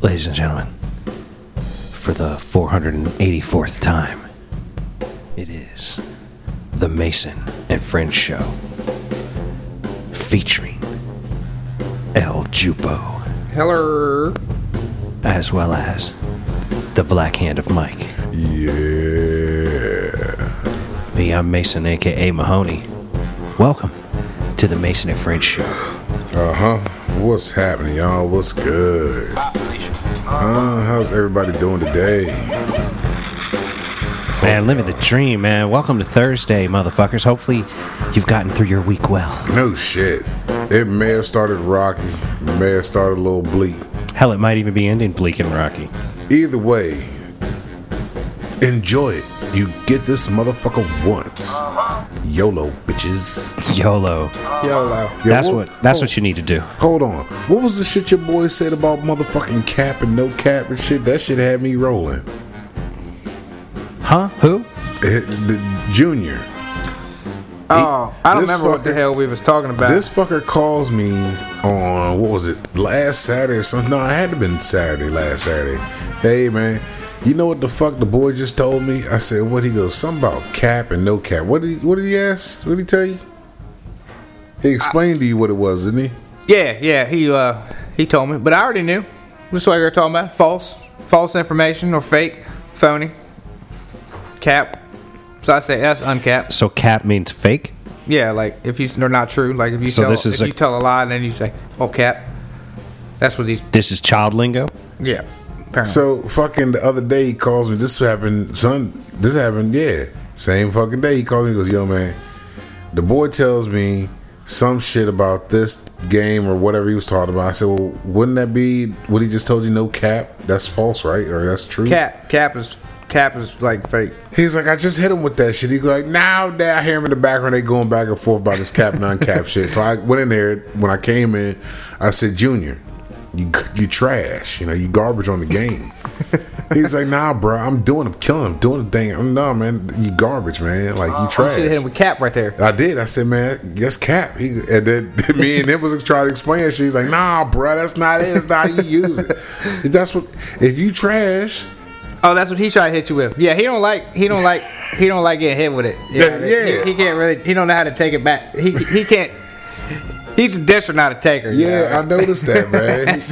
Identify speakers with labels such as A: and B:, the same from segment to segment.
A: Ladies and gentlemen, for the 484th time, it is the Mason and Friends Show featuring El Jupo
B: Heller.
A: as well as the Black Hand of Mike. Yeah. Me, I'm Mason, aka Mahoney. Welcome to the Mason and Friends Show.
C: Uh huh. What's happening, y'all? What's good? Uh, how's everybody doing today?
A: Man, living the dream, man. Welcome to Thursday, motherfuckers. Hopefully, you've gotten through your week well.
C: No shit. It may have started rocky, may have started a little bleak.
A: Hell, it might even be ending bleak and rocky.
C: Either way, enjoy it. You get this motherfucker once. YOLO, bitches.
A: YOLO.
B: YOLO.
C: Yeah,
A: that's
C: wha-
A: what that's
C: hold,
A: what you need to do.
C: Hold on. What was the shit your boy said about motherfucking cap and no cap and shit? That shit had me rolling.
A: Huh? Who?
C: Eh, the junior.
B: Oh, I don't
C: This
B: remember what the
C: fucker-
B: hell we was talking about.
C: This fucker calls me on what was it last Saturday or something? No, I had to been Saturday last Saturday. Hey man, you know what the fuck the boy just told me? I said what he goes something about cap and no cap. What did he, what did he ask? What did he tell you? He explained to you what it was, didn't he?
B: yeah, yeah, he uh he told me, but I already knew. This is what we were talking about. False, false information or fake, phony, cap. So I say that's uncapped.
A: So cap means fake?
B: Yeah, like if you they're not true. Like if you
A: So
B: tell
A: this is
B: if
A: a-
B: you tell a lie and then you say, oh cap. That's what these.
A: This is child lingo?
B: Yeah, apparently.
C: So fucking the other day he calls me. This happened, son. This happened, yeah. Same fucking day he calls me. He goes, yo man, the boy tells me some shit about this game or whatever he was talking about. I said, well, wouldn't that be what he just told you? No cap. That's false, right? Or that's true?
B: cap, cap is cap is like fake.
C: He's like, I just hit him with that shit. He's like, now that I hear him in the background, they going back and forth about this cap and uncap shit. So I went in there when I came in. I said, Junior, you you trash. You know, you garbage on the game. He's like, Nah, bro, I'm doing, I'm killing, I'm doing the thing. I'm no man, you garbage, man. Like you
B: Uh, You should have hit him
C: trash.
B: with cap right there.
C: I did. I said, man, that's cap. He, and then me and him was trying to explain. it. She's like, nah, bro, that's not it. It's not how you use it. That's what. If you trash,
B: Oh, that's what he tried to hit you with. Yeah, he don't like he don't like he don't like getting hit with it.
C: Yeah, yeah.
B: He, he can't really he don't know how to take it back. He he can't. He's a disher, not a taker. you know?
C: yeah, I noticed that,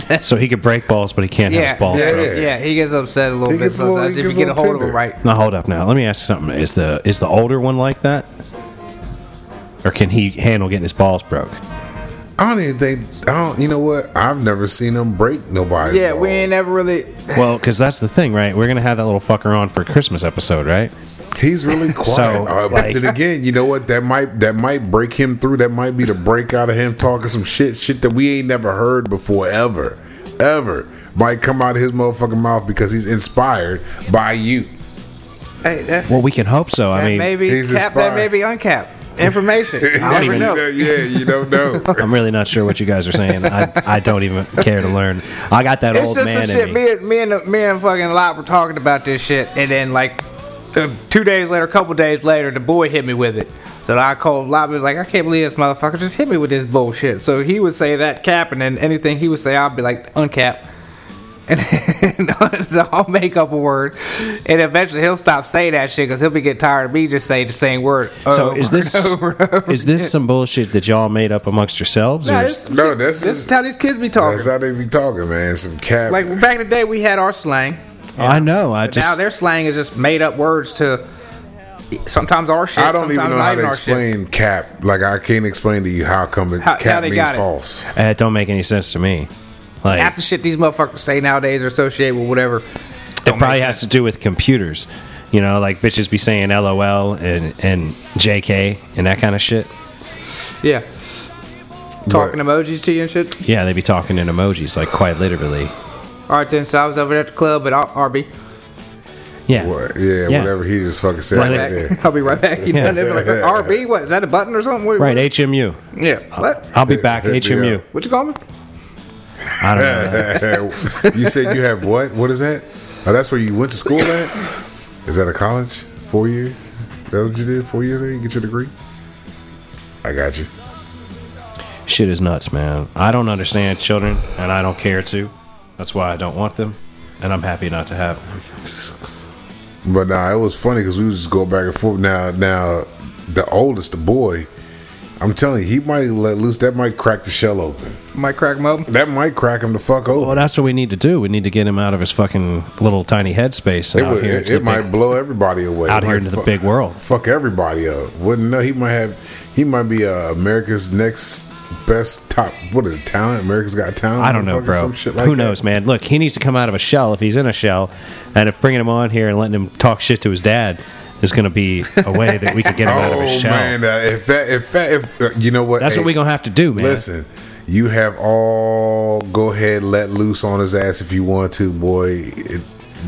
C: man.
A: So he could break balls, but he can't
B: yeah,
A: have balls.
B: yeah,
C: bro.
B: yeah, yeah. He gets upset a little
C: He
B: bit
C: gets a little-
B: sometimes
C: he
B: if
C: gets
B: you
C: a
B: get a
C: little
B: hold of him
C: tender.
B: right.
A: Now hold up now. Let me ask you something. Is the is the older one like that? Or can he handle getting his balls broke?
C: I don't even think I don't. You know what? I've never seen them break nobody.
B: Yeah, we ain't ever really.
A: Well, because that's the thing, right? We're gonna have that little fucker on for a Christmas episode, right?
C: He's really quiet.
A: So,
C: Uh,
A: like-
C: but then again, you know what? That might that might break him through. That might be the break out of him talking some shit, shit that we ain't never heard before ever, ever. Might come out of his motherfucking mouth because he's inspired by you.
B: Hey, that,
A: Well, we can hope so. I
B: that
A: mean,
B: may be
C: he's
B: cap. That
C: inspired.
B: may be uncapped information. you
A: don't
B: never
A: even
B: know.
C: Yeah, you don't know.
A: I'm really not sure what you guys are saying. I, I don't even care to learn. I got that
B: It's
A: old
B: just
A: man
B: some
A: in
B: shit.
A: me.
B: Me and me and the- me and fucking Lot were talking about this shit, and then like uh, two days later, a couple days later, the boy hit me with it. So I called Lot. He was like, I can't believe this motherfucker just hit me with this bullshit. So he would say that cap, and then anything he would say, I'd be like uncap. And then, so I'll make up a word, and eventually he'll stop saying that shit because he'll be getting tired of me just saying the same word. Uh,
A: So
B: over
A: is this
B: and over and over.
A: is this some bullshit that y'all made up amongst yourselves?
B: No,
A: or
B: this,
C: No, this
B: this
C: is-
B: is how these kids be talking.
C: That's how they be talking, man. Some cap.
B: like back in the day, we had our slang.
A: I know. I
B: now
A: just
B: their slang is just made up words to sometimes our shit.
C: I don't even
B: sometimes
C: know
B: not
C: how to
B: our shit.
C: explain cap. Like I can't explain to you how come it
B: How- how
C: cap
B: they
C: means
B: got it.
C: false.
A: eh, it don't make any sense to me. Like
B: Half the shit these motherfuckers say nowadays are associated with whatever.
A: it probably has to do with computers. You know, like bitches be saying LOL and and JK and that kind of shit.
B: Yeah. Talking
C: But-
B: emojis to you and shit.
A: Yeah, they be talking in emojis, like quite literally.
B: All right, then. So I was over there at the club at R- RB.
A: Yeah.
C: What? Yeah,
A: Yeah.
C: whatever he just fucking said
A: Right
C: right,
A: back.
C: there.
B: I'll be right back. You
A: Yeah.
B: know, they'd be like, RB, what is that? A button or something? What,
A: Right, HMU.
B: Yeah. What?
A: I'll be back, HMU.
B: What you call me?
A: I don't know.
C: you said you have what? What is that? Oh, that's where you went to school at? Is that a college? Four years? Is that what you did? Four years there? You get your degree? I got you.
A: Shit is nuts, man. I don't understand children, and I don't care to. That's why I don't want them, and I'm happy not to have them.
C: But nah, it was funny because we would just go back and forth. Now, now, the oldest, the boy, I'm telling you, he might let loose. That might crack the shell open.
B: Might crack him open.
C: That might crack him the fuck open.
A: Well, that's what we need to do. We need to get him out of his fucking little tiny headspace and
C: it
A: out
C: would,
A: here.
C: it,
A: into the
C: it might
A: big,
C: blow everybody away.
A: out
C: It
A: here
C: might
A: into the
C: fu-
A: big world.
C: Fuck everybody up. Wouldn't know. He might have. He might be uh, America's next best top. What is it? Talent. America's Got Talent.
A: I don't know,
C: motherfucker,
A: bro.
C: Some shit like
A: Who
C: that.
A: knows, man? Look, he needs to come out of a shell if he's in a shell, and if bringing him on here and letting him talk shit to his dad is going to be a way that we could get him out of his
C: Oh
A: shell.
C: man, uh, if that, if that, if uh, you know what,
A: That's
C: hey,
A: what we're gonna have to do, man.
C: Listen, you have all go ahead, let loose on his ass if you want to, boy. It,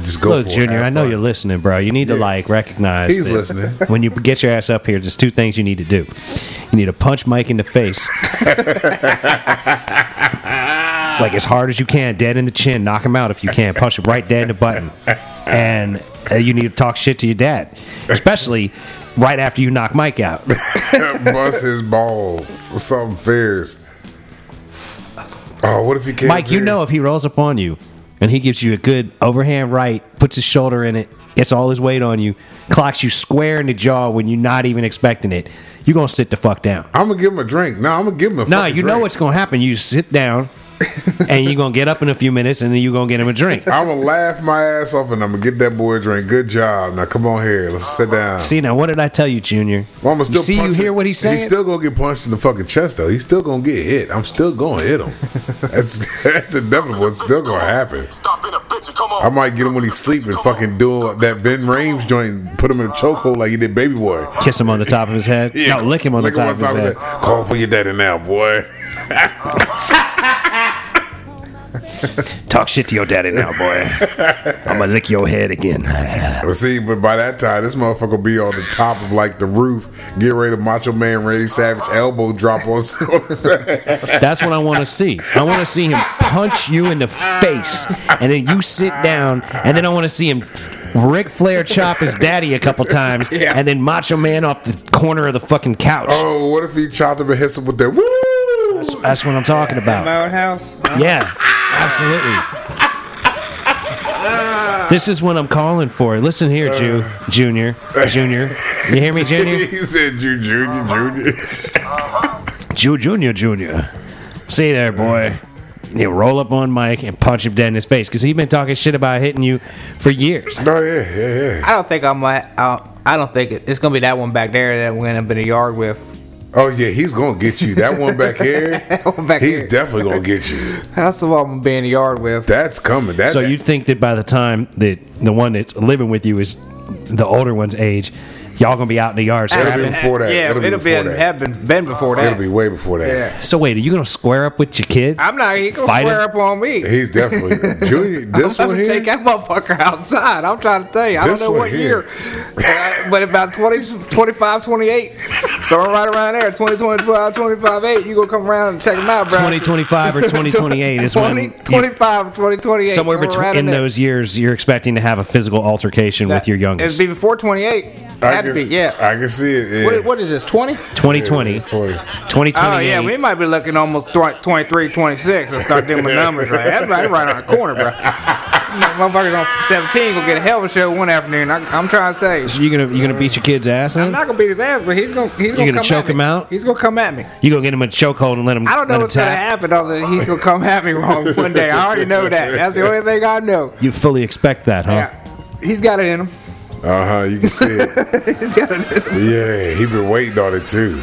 C: just go.
A: Look,
C: for it.
A: Junior,
C: Have
A: I know
C: fun.
A: you're listening, bro. You need to
C: Yeah.
A: like recognize.
C: He's
A: that
C: listening.
A: When you get your ass up here, there's two things you need to do. You need to punch Mike in the face, like as hard as you can, dead in the chin. Knock him out if you can. Punch him right dead in the button, and uh, you need to talk shit to your dad, especially right after you knock Mike out.
C: bust his balls. Something fierce. Oh, what if he came?
A: Mike, you
C: here?
A: know if he rolls up on you and he gives you a good overhand right, puts his shoulder in it, gets all his weight on you, clocks you square in the jaw when you're not even expecting it, you're gonna sit the fuck down.
C: I'm gonna give him a drink. No, I'm gonna give him a.
A: Nah,
C: fucking
A: you know
C: drink.
A: what's gonna happen. You sit down and you're gonna get up in a few minutes and then you're gonna get him a drink.
C: I'm gonna laugh my ass off and I'm gonna get that boy a drink. Good job. Now come on here. Let's sit down.
A: Uh-huh. See now what did I tell you, Junior?
C: Well, I'ma
A: you see you
C: punch him.
A: hear what he's saying?
C: He's still gonna get punched in the fucking chest though. He's still gonna get hit. I'm still gonna hit him. That's that's inevitable. It's still gonna happen.
D: Stop being a bitch and come on.
C: I might get him when he's sleeping. Fucking do that Vin Rames joint. and Put him in a chokehold like he did Baby Boy.
A: Kiss him on the top of his head. no, lick him on the top of his head.
C: Call for your daddy now, boy.
A: Talk shit to your daddy now, boy. I'm gonna lick your head again.
C: But see, but by that time, this motherfucker will be on the top of like the roof. Get ready to Macho Man Randy Savage elbow drop on. on his ass.
A: That's what I want to see. I want to see him punch you in the face, and then you sit down, and then I want to see him Ric Flair chop his daddy a couple times,
C: Yeah.
A: and then Macho Man off the corner of the fucking couch.
C: oh, what if he chopped him and hits him with that? Woo!
A: That's what I'm talking about.
B: Roadhouse.
C: Uh-huh.
A: Yeah, absolutely. This is what I'm calling for. Listen here, Jew, Junior, Junior. You hear me, Junior?
C: he said, "You junior, junior."
A: Ju- Junior, Junior. See there,
B: Uh.
A: boy. You roll up on Mike and punch him dead in his face because he's been talking shit about hitting you for years.
C: No, yeah, yeah, yeah.
B: I don't think I'm like. I I don't think it- it's gonna be that one back there that we're gonna be in the yard with.
C: Oh yeah, he's gonna get you. That one back here,
B: one back
C: he's
B: here.
C: definitely gonna get you.
B: That's the one I'm gonna be in the yard with.
C: That's coming. That,
A: So you think that by the time that the one that's living with you is the older one's age, y'all gonna be out in the yard
C: It'll be
A: scrapping?
C: before that.
B: Yeah,
C: it'll,
B: it'll
C: be
B: be
C: before
B: in-
C: that.
B: have been been before that.
C: It'll be way before that.
B: yeah.
A: So wait, are you gonna square up with your kid?
B: I'm not. He gonna
A: Fight
B: square
A: him?
B: up on me.
C: He's definitely junior.
B: I'm
C: This
B: about
C: one
B: to take
C: here.
B: that motherfucker outside. I'm trying to tell you. I
C: This
B: don't know
C: one
B: what
C: here.
B: year, Uh, but about 20, 25, 28, somewhere right around there, 20, 25, 25, 8, you gonna come around and check him out, bro.
A: 2025 or 2028 is when
B: 20,
A: you-
B: 25, 20, 28.
A: somewhere
B: right
A: between in
B: there.
A: those years you're expecting to have a physical altercation with your youngest.
B: It'd be before 28.
C: I
B: Had to
C: can-
B: be, yeah.
C: I can see it. Yeah.
B: What, what is this, 20?
A: 2020,
C: It's like-
A: 2028.
B: Oh, yeah, we might be looking almost thro- 23, 26 and start doing my numbers right. That's right, right around the corner, bro. Motherfuckers on 17 gonna get a hell of a show one afternoon. I, I'm trying to tell you.
A: So you gonna you gonna beat your kid's ass? Then?
B: I'm not gonna beat his ass, but he's gonna he's
A: gonna
B: gonna, come
A: choke
B: at me.
A: him out?
B: He's gonna come at me.
A: You gonna get him a chokehold and let him?
B: I don't know
A: let him
B: what's gonna
A: tap?
B: happen. Other than he's gonna come at me wrong one day. I already know that. That's the only thing I know.
A: You fully expect that, huh?
B: Yeah, he's got it in him.
C: Uh huh. You can see it.
B: He's got it. In him.
C: yeah, he been waiting on it too.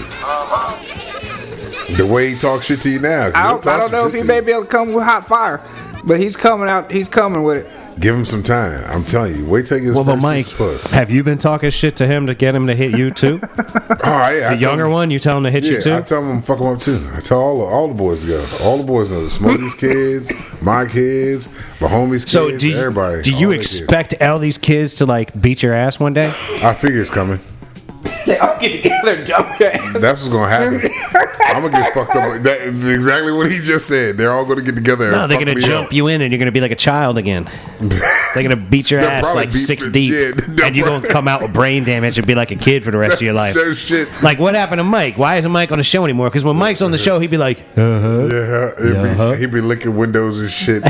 C: The way he talks shit to you now. 'cause
B: I don't,
C: he'll
B: I
C: talk
B: don't
C: some
B: know if
C: shit
B: he
C: to
B: may
C: you.
B: be able to come with hot fire, but he's coming out. He's coming with it.
C: Give him some time. I'm telling you. Wait till he gets
A: Well,
C: well,
A: but
C: first
A: Mike,
C: Mike, puss.
A: have you been talking shit to him to get him to hit you too?
C: All right, Oh, I
A: The
C: tell
A: younger
C: him-
A: one, you tell him to hit you
C: Yeah, I
A: too.
C: tell them fuck them up too. I tell all all the boys to go. All the boys know. Smokey's kids, my kids, my homies'
A: So
C: kids,
A: do you,
C: everybody.
A: do you
C: all their kids.
A: expect all these kids to like beat your ass one day?
C: I figure it's coming.
B: They all get together and jump your ass.
C: That's what's gonna happen. I'm gonna get fucked up. That is exactly what he just said. They're all gonna get together.
A: No, they're
C: fuck
A: gonna
C: me
A: jump
C: up.
A: you in, and you're gonna be like a child again. They're gonna beat your
C: They'll
A: ass
C: probably
A: like
C: beat
A: six
C: the-
A: deep,
C: yeah, they'll
A: and you're gonna
C: probably-
A: come out with brain damage and be like a kid for the rest of your life.
C: That shit.
A: Like what happened to Mike? Why isn't Mike on the show anymore? Because when Mike's on the show, he'd be like, uh huh.
C: Uh-huh. Yeah, he'd be,
A: Uh-huh.
C: he'd be licking windows and shit.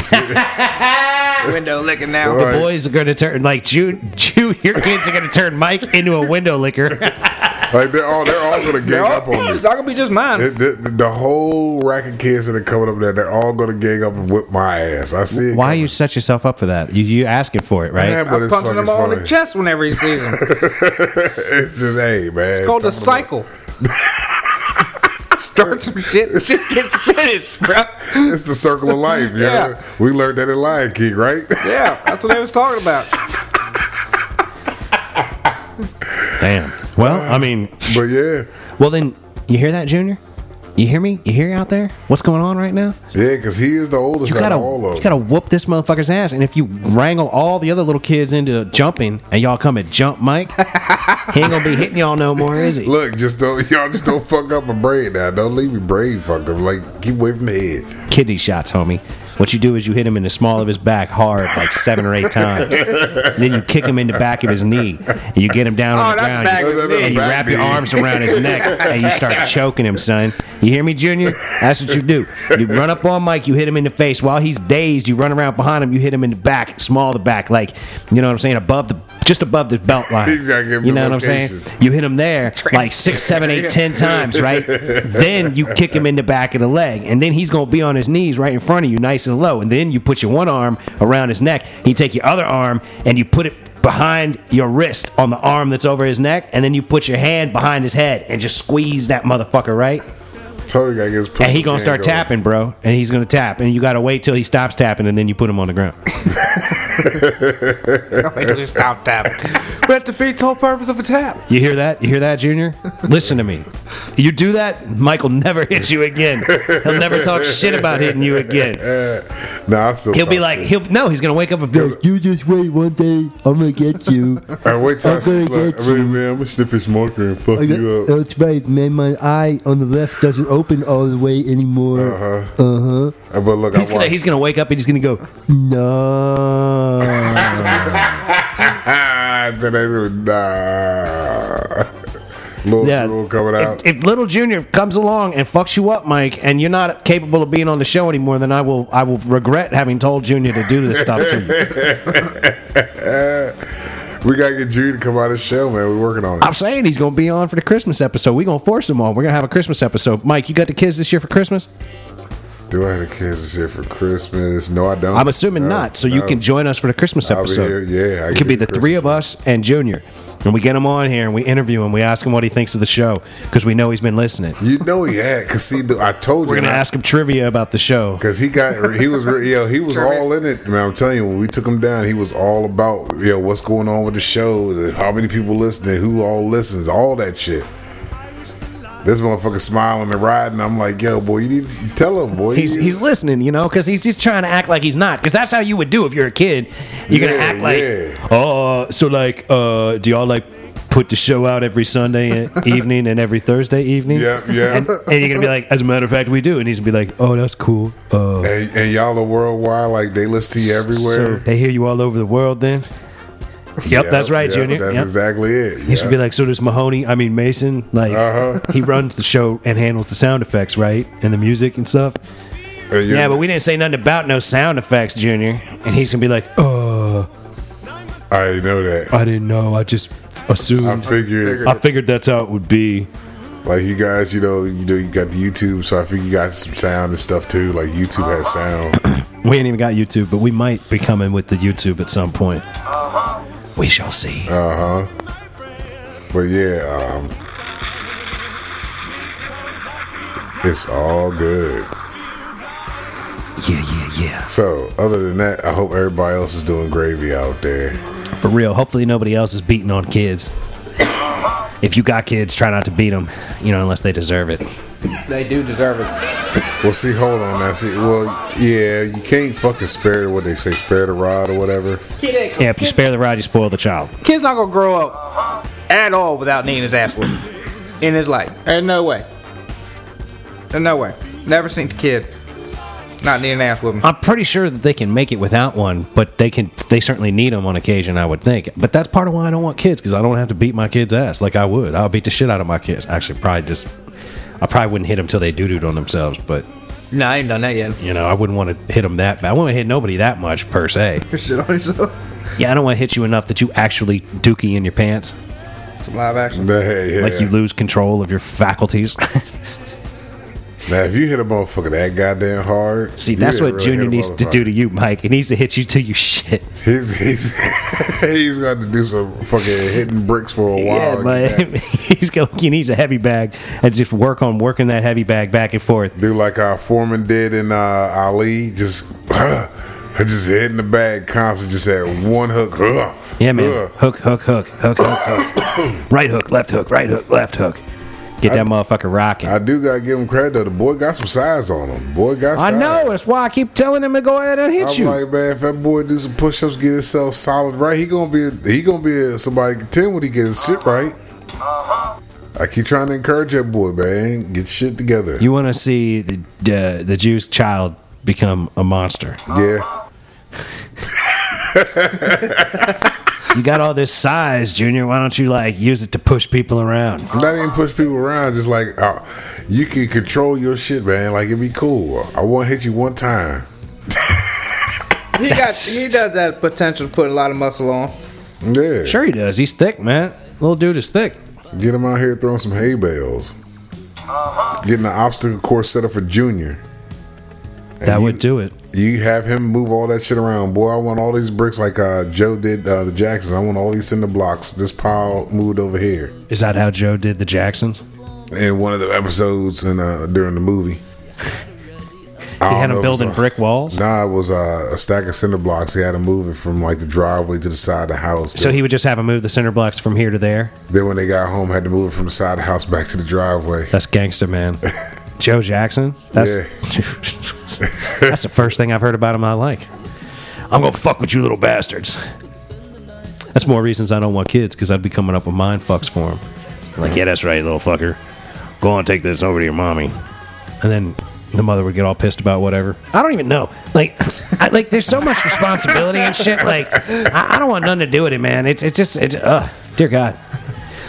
B: Window licking now.
C: Right.
A: Boys are gonna turn like Jude. Jude, your kids are gonna turn Mike into a window licker.
C: like they're all they're all gonna gang up on you.
B: It's not gonna be just
C: The,
B: mine.
C: the, the whole rack of kids that are coming up there, they're all gonna gang up and whip my ass. I see it.
A: Why you set yourself up for that? You you asking for it, right?
C: Man, but
B: I'm
C: it's
B: punching
C: fucking
B: them all in
C: funny.
B: the chest whenever he sees them.
C: it's just hey man.
B: It's called a
C: talking
B: cycle.
C: about-
B: Start some shit, shit gets finished, bro.
C: It's the circle of life. You
B: Yeah.
C: know? we learned that in Lion King, right?
B: Yeah, that's what they was talking about.
A: Damn. Well, I mean,
C: but yeah,
A: well then you hear that, Junior? You hear me? You hear out there? What's going on right now?
C: yeah, because he is the oldest
A: You gotta,
C: out of all
A: you
C: of them.
A: gotta whoop this motherfucker's ass. And if you wrangle all the other little kids into jumping, and y'all come and jump Mike, he ain't gonna be hitting y'all no more, is he?
C: Look, just don't y'all just don't fuck up a brain now. Don't leave your brain fucked up. Like keep away from the head.
A: Kidney shots, homie. What you do is you hit him in the small of his back hard, like seven or eight times. then you kick him in the back of his knee, and you get him down on
B: Oh,
A: the
B: that's
A: ground,
B: back
A: you-
B: of his knee.
A: and you
C: Back
A: wrap your
C: knee.
A: arms around his neck, and you start choking him, son. You hear me, Junior? That's what you do. You run up on Mike, you hit him in the face. While he's dazed, you run around behind him, you hit him in the back, small the back, like you know what I'm saying, above the just above the belt line.
C: He's gotta give him
A: you
C: the
A: know what I'm saying?
C: location.
A: You hit him there like six, seven, eight, ten times, right? Then you kick him in the back of the leg, and then he's gonna be on his knees right in front of you, nice and low. And then you put your one arm around his neck, you take your other arm, and you put it behind your wrist on the arm that's over his neck, and then you put your hand behind his head and just squeeze that motherfucker, right?
C: Totally gotta get his pussy
A: And he gonna
C: gang
A: start
C: going.
A: tapping, bro. And he's gonna tap, and you gotta wait till he stops tapping, and then you put him on the ground.
B: Wait till you stop tapping. But that defeats the whole purpose of a tap.
A: You hear that? You hear that, Junior? Listen to me. You do that, Michael never hits you again. He'll never talk shit about hitting you again.
C: Nah, I'm still
A: He'll be
C: talking.
A: like, he'll no, he's gonna wake up and be like,
D: You just wait one day, I'm gonna get you.
C: All right, wait till I
D: I'm
C: see.
D: gonna
C: Look,
D: get
C: I mean, man, I'm gonna sniff his marker and fuck
D: I got-
C: you uh, up.
D: that's right, man. My eye on the left doesn't open all the way anymore. Uh huh. Uh huh.
C: Uh, But look,
A: he's
C: I
A: gonna
C: watched.
A: he's gonna wake up and he's gonna go.
D: No.
C: Ah, today, nah. Little
A: Yeah.
C: drool coming out.
A: If, if little Junior comes along and fucks you up, Mike, and you're not capable of being on the show anymore, then I will I will regret having told Junior to do this stuff to you.
C: we gotta get Jude to come out of the show, man. We're working on it.
A: I'm saying he's gonna be on for the Christmas episode. We're gonna force him on. We're gonna have a Christmas episode. Mike, you got the kids this year for Christmas?
C: Do I have the kids this year for Christmas? No, I don't.
A: I'm assuming
C: No,
A: not. So you
C: no.
A: can join us for the Christmas
C: be
A: episode.
C: here, yeah, I
A: it
C: can
A: could be
C: do
A: the three of us and Junior, and we get him on here and we interview him. We ask him what he thinks of the show because we know he's been listening.
C: You know he had, cause see, dude, I told
A: We're
C: you,
A: gonna ask him trivia about the show.
C: cause he got, he was, re- yo, he was all in it. Man, I'm telling you, when we took him down, he was all about, yo, what's going on with the show, the- how many people listening, who all listens, all that shit. This motherfucker smiling and riding. I'm like, yo, boy, you need to tell him, boy.
A: He's
C: You-
A: he's listening, you know, because he's just trying to act like he's not. Because that's how you would do if you're a kid. You're
C: Yeah,
A: gonna act like,
C: yeah.
A: oh, so like, uh, do y'all like put the show out every Sunday e-, evening and every Thursday evening?
C: yeah, yeah.
A: And you're gonna be like, as a matter of fact, we do. And he's gonna be like, oh, that's cool. Uh,
C: And, and y'all are worldwide, like they listen to you
A: So
C: everywhere.
A: they hear you all over the world then? Yep, that's right,
C: yep,
A: Junior.
C: That's
A: Yep.
C: exactly it.
A: You should be like, so does Mahoney, I mean Mason, like
C: Uh-huh.
A: he runs the show and handles the sound effects, right? And the music and stuff. Yeah, but we didn't say nothing about no sound effects, Junior. And he's gonna be like, uh,
C: I know that.
A: I didn't know, I just
C: I
A: assumed
C: figured,
A: I figured that's how it would be.
C: like you guys, you know, you know, you got the YouTube, so I figure you got some sound and stuff too. Like YouTube has sound.
A: We ain't even got YouTube, but we might be coming with the YouTube at some point.
C: Uh-huh.
A: We shall see.
C: Uh. But yeah, um, it's all good.
A: yeah, yeah,
C: So other than that, I hope everybody else is doing gravy out there.
A: yeah. For real. Hopefully nobody else is beating on kids. if you got kids, try not to beat them, you know, unless they deserve it.
B: They do deserve it.
C: Well, see, hold on now. See, well, yeah, you can't fucking spare what they say, spare the rod or whatever.
A: Yeah, if you spare the rod, you spoil the child.
B: Kid's not gonna grow up at all without needing his ass whooped in his life. There's no way. There's no way. Never seen the kid. Not need an ass whooping.
A: I'm pretty sure that they can make it without one, but they can. They certainly need them on occasion, I would think. But that's part of why I don't want kids because I don't have to beat my kids' ass like I would. I'll beat the shit out of my kids. Actually, probably just. I probably wouldn't hit them till they doo dooed on themselves, but
B: No, I ain't done that yet.
A: you know I wouldn't want to hit them that bad. I wouldn't hit nobody that much per se.
B: Shit on yourself.
A: Yeah, I don't want to hit you enough that you actually dookie in your pants,
B: Some live action.
C: Hey, yeah.
A: like you lose control of your faculties.
C: Now, if you hit a motherfucker that goddamn hard,
A: See,
C: you
A: that's
C: didn't
A: what
C: really
A: Junior
C: hit a
A: needs to
C: motherfucker.
A: do to you, Mike. He needs to hit you till you shit.
C: He's he's he's going to do some fucking hitting bricks for a
A: Yeah,
C: while.
A: but he's go. He needs a heavy bag and just work on working that heavy bag back and forth.
C: do like our foreman did in uh, Ali, just just hitting the bag constant, just at one hook. uh,
A: Yeah, man.
C: uh.
A: Hook, hook, hook, hook, hook, hook. right hook, left hook, right hook, left hook. Get that motherfucker rocking. I,
C: I do gotta give him credit though. The boy got some size on him. Boy got. Size.
A: know. That's why I keep telling him to go ahead and hit
C: I'm
A: you.
C: like, man, if that boy do some push-ups, get himself solid right, he gonna be he gonna be a, somebody to contend when he gets his shit right. I keep trying to encourage that boy, man. Get shit together.
A: you want to see the uh, the Jew's child become a monster?
C: yeah.
A: You got all this size, Junior. Why don't you like use it to push people around?
C: Not even push people around. Just like uh, you can control your shit, man. Like it'd be cool. I won't hit you one time.
B: He got. He does have potential to put a lot of muscle on.
C: Yeah.
A: Sure he does. He's thick, man. Little dude is thick.
C: Get him out here throwing some hay bales. Getting an obstacle course set up for Junior.
A: That would do it.
C: You have him move all that shit around. Boy, I want all these bricks like uh, Joe did uh, the Jacksons. I want all these cinder blocks. This pile moved over here
A: Is that how Joe did the Jacksons?
C: in one of the episodes and uh, during the movie. I
A: He
C: don't
A: had
C: know
A: him
C: if it's
A: building
C: Oh, a-
A: brick walls.
C: Nah, it was uh, a stack of cinder blocks. He had to move it from like the driveway to the side of the house.
A: So he would just have him move the center blocks from here to there.
C: then when they got home, had to move it from the side of the house back to the driveway.
A: That's gangster, man. Joe Jackson. That's that's the first thing I've heard about him I like. I'm gonna fuck with you little bastards. That's more reasons I don't want kids because I'd be coming up with mind fucks for them. Like, yeah, that's right, little fucker. Go on, take this over to your mommy. And then the mother would get all pissed about whatever. I don't even know. Like, I, like there's so much responsibility and shit. Like, I, I don't want nothing to do with it, man. It's it's just it's uh, dear God.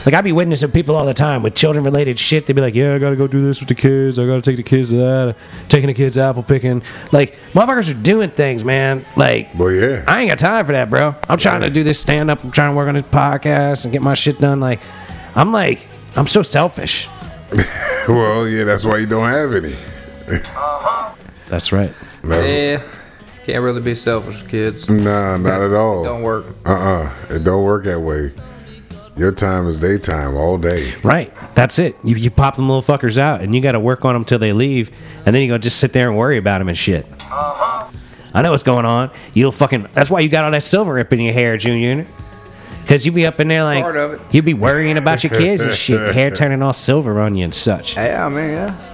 A: Like I be witnessing people all the time with children related shit. They be like, "Yeah, I gotta go do this with the kids. I gotta take the kids to that. Taking the kids apple picking." Like motherfuckers are doing things, man. Like,
C: Well, yeah.
A: I ain't got time for that, bro. I'm trying to do this stand up. I'm trying to work on this podcast and get my shit done. Like, I'm like, I'm so selfish.
C: well, yeah, that's why you don't have any.
A: That's right.
C: That's,
B: Yeah. Eh, Can't really be selfish, with kids.
C: Nah, not at all.
B: Don't work.
C: Uh uh It don't work that way. Your time is daytime all day.
A: Right. That's it. You, you pop them little fuckers out and you got to work on them till they leave. And then you go just sit there and worry about them and shit.
B: Uh-huh.
A: I know what's going on. You'll fucking. That's why you got all that silver up in your hair, Junior. Because you be up in there like.
B: Part of it.
A: You'd be worrying about your kids and shit. Your hair turning all silver on you and such.
B: Yeah, I mean, yeah.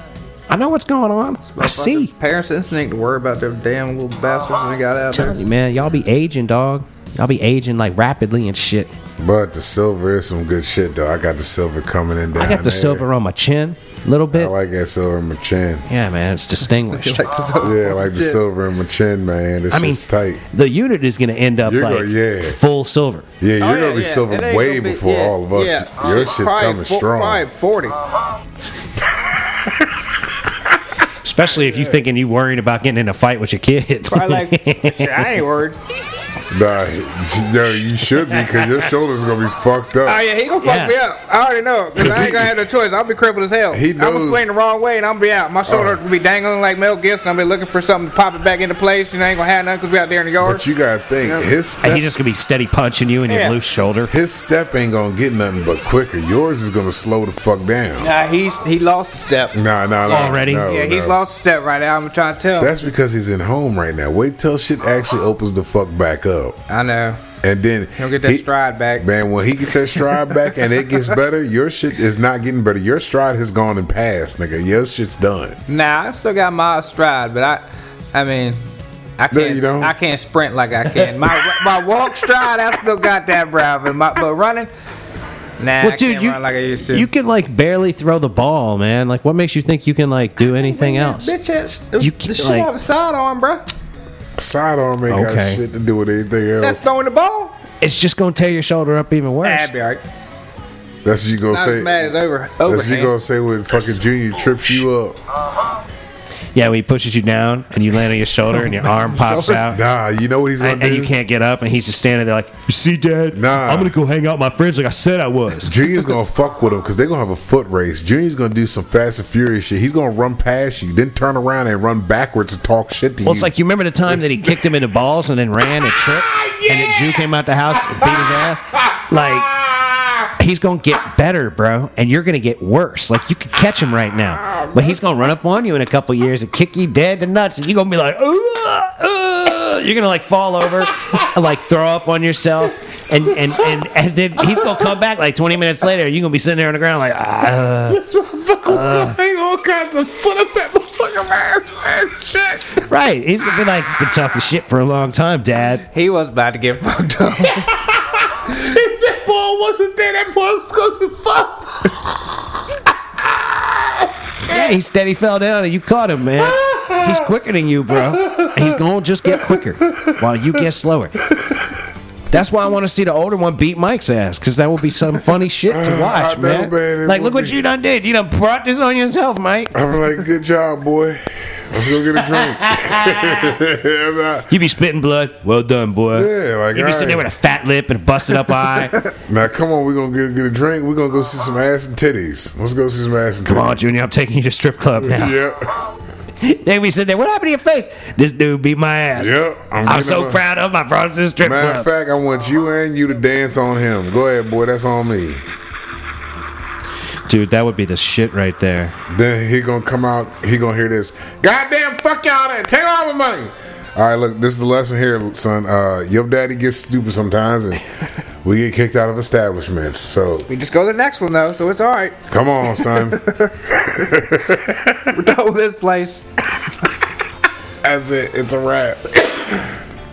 A: I know what's going on. I see.
B: Parents instinct to worry about their damn little bastards when they got out there.
A: telling you, man. Y'all be aging, dog. Y'all be aging like rapidly and shit.
C: But the silver is some good shit though. I got the silver coming in down
A: I got the
C: there.
A: silver on my chin a little
C: I
A: bit.
C: like that silver in my chin.
A: yeah, man, it's distinguished.
C: Yeah, I like the silver in my chin, man. This
A: I mean,
C: shit's tight.
A: the unit is going to end up
C: You're
A: like
C: gonna- yeah.
A: full silver.
C: Yeah, you're
B: Oh,
C: gonna
B: yeah,
C: be
B: yeah.
C: silver
B: It ain't
C: way
B: gonna be-
C: before
B: yeah,
C: all of us.
B: yeah.
C: Your
B: Uh,
C: shit's
B: probably
C: coming
B: fo-
C: strong.
B: Probably 40.
A: Especially if you're thinking you worried about getting in a fight with your kid.
B: Probably like, shit, I ain't worried.
C: Nah, yo, you should be because your shoulder's gonna be fucked up.
B: Oh, yeah, he gonna fuck
A: Yeah.
B: me up. I already know. Because I
C: he-
B: ain't gonna have no choice. I'll be crippled as hell.
C: He
B: I'm gonna
C: knows- Oh.
B: swing the wrong way and I'm gonna be out. My shoulder will be dangling like Mel Gibson. I'll be looking for something to pop it back into place. You know, I ain't gonna have none because we out there in the yard.
C: But you gotta think
B: Yeah.
C: his
A: and
C: step,
A: he's just going to be steady punching you in
B: Yeah.
A: your loose shoulder.
C: his step ain't gonna get nothing but quicker. Yours is gonna slow the fuck down.
B: Nah, he's he lost a step.
C: Nah, nah, nah.
A: Already?
C: No,
B: yeah, he's
C: no.
B: lost a step right now. I'm trying to tell. him.
C: That's because he's in home right now. Wait till shit actually opens the fuck back up,
B: I know.
C: and then
B: He'll get that
C: he-
B: stride back.
C: Man, when he gets that stride back and it gets better, your shit is not getting better. Your stride has gone and passed, nigga. Your shit's done.
B: Nah, I still got my stride, but I, I mean, I
C: No,
B: can't.
C: you don't.
B: I can't sprint like I can. My my walk stride, I still got that, bro. But my but running, Nah,
A: Well,
B: I
A: dude,
B: can't
A: you
B: run like I used to.
A: you can like barely throw the ball, man. Like, what makes you think you can like do anything else?
B: Bitch ass.
A: You
B: You
A: can't,
B: the shit
A: like-
B: have a sidearm, bro.
C: Sidearm ain't got
A: Okay.
C: shit to do with anything else.
B: That's
C: That's,
B: throwing the ball.
A: It's just gonna tear your shoulder up even worse.
B: That'd be all right.
C: what you gonna
B: Not
C: say.
B: as bad as over.
C: That's what you gonna
B: Overhand.
C: say when fucking Junior trips you up.
A: Yeah, when he pushes you down and you land on your shoulder and your arm pops out.
C: Nah, you know what he's gonna
A: And,
C: do.
A: and you can't get up, and he's just standing there like, "You see, Dad?
C: Nah.
A: I'm gonna go hang out with my friends like I said I was."
C: Junior's gonna fuck with him because they're gonna have a foot race. Junior's gonna do some fast and furious shit. He's gonna run past you, then turn around and run backwards to talk shit to
A: Well,
C: you.
A: it's like you remember the time that he kicked him in the balls and then ran and tripped, and that Jew came out the house and beat his ass. Like he's gonna get better, bro, and you're gonna get worse. Like you could catch him right now, but he's gonna run up on you in a couple years and kick you dead to nuts, and you're gonna be like, "Ooh, uh," you're gonna like fall over, and, like throw up on yourself, and and and and then he's gonna come back like 20 minutes later. You're gonna be sitting there on the ground like, ah.
C: this motherfucker's gonna hang all kinds of foot up that motherfucking ass and shit.
A: Right. He's gonna be like been talking shit for a long time, Dad.
B: He was about to get fucked up.
C: If that ball wasn't there, that boy was gonna be fucked.
A: Yeah, he steady fell down and you caught him, man. He's quicker than you, bro. And he's gonna just get quicker while you get slower. That's why I want to see the older one beat Mike's ass, because that will be some funny shit to watch,
C: I know,
A: man.
C: man, it
A: Like,
C: would
A: look what
C: be.
A: you done did. You done brought this on yourself, Mike.
C: I'm like, good job, boy. Let's go get a drink. And, uh,
A: You be spitting blood. Well done, boy.
C: Yeah, like,
A: you be sitting there
C: alright.
A: with a fat lip and a busted up eye.
C: now, come on, we're gonna get, get a drink. We're gonna go see some ass and titties. Let's go see some ass and titties.
A: Come on, Junior, I'm taking you to strip club now.
C: Yeah,
A: They be sitting there. What happened to your face? This dude beat my ass.
C: yeah.
A: I'm
C: I'm, getting
A: so
C: a-
A: proud of my brother's to the strip
C: Matter of
A: club.
C: fact, I want you and you to dance on him. Go ahead, boy. That's on me.
A: Dude, that would be the shit right there.
C: Then he gonna come out. He gonna hear this. Goddamn, fuck y'all! Then take all my money. All right, look. This is the lesson here, son. Uh, your daddy gets stupid sometimes, and we get kicked out of establishments. So
B: we just go to the next one though, so it's all right.
C: come on, son.
B: We're done with this place.
C: That's it. It's a wrap.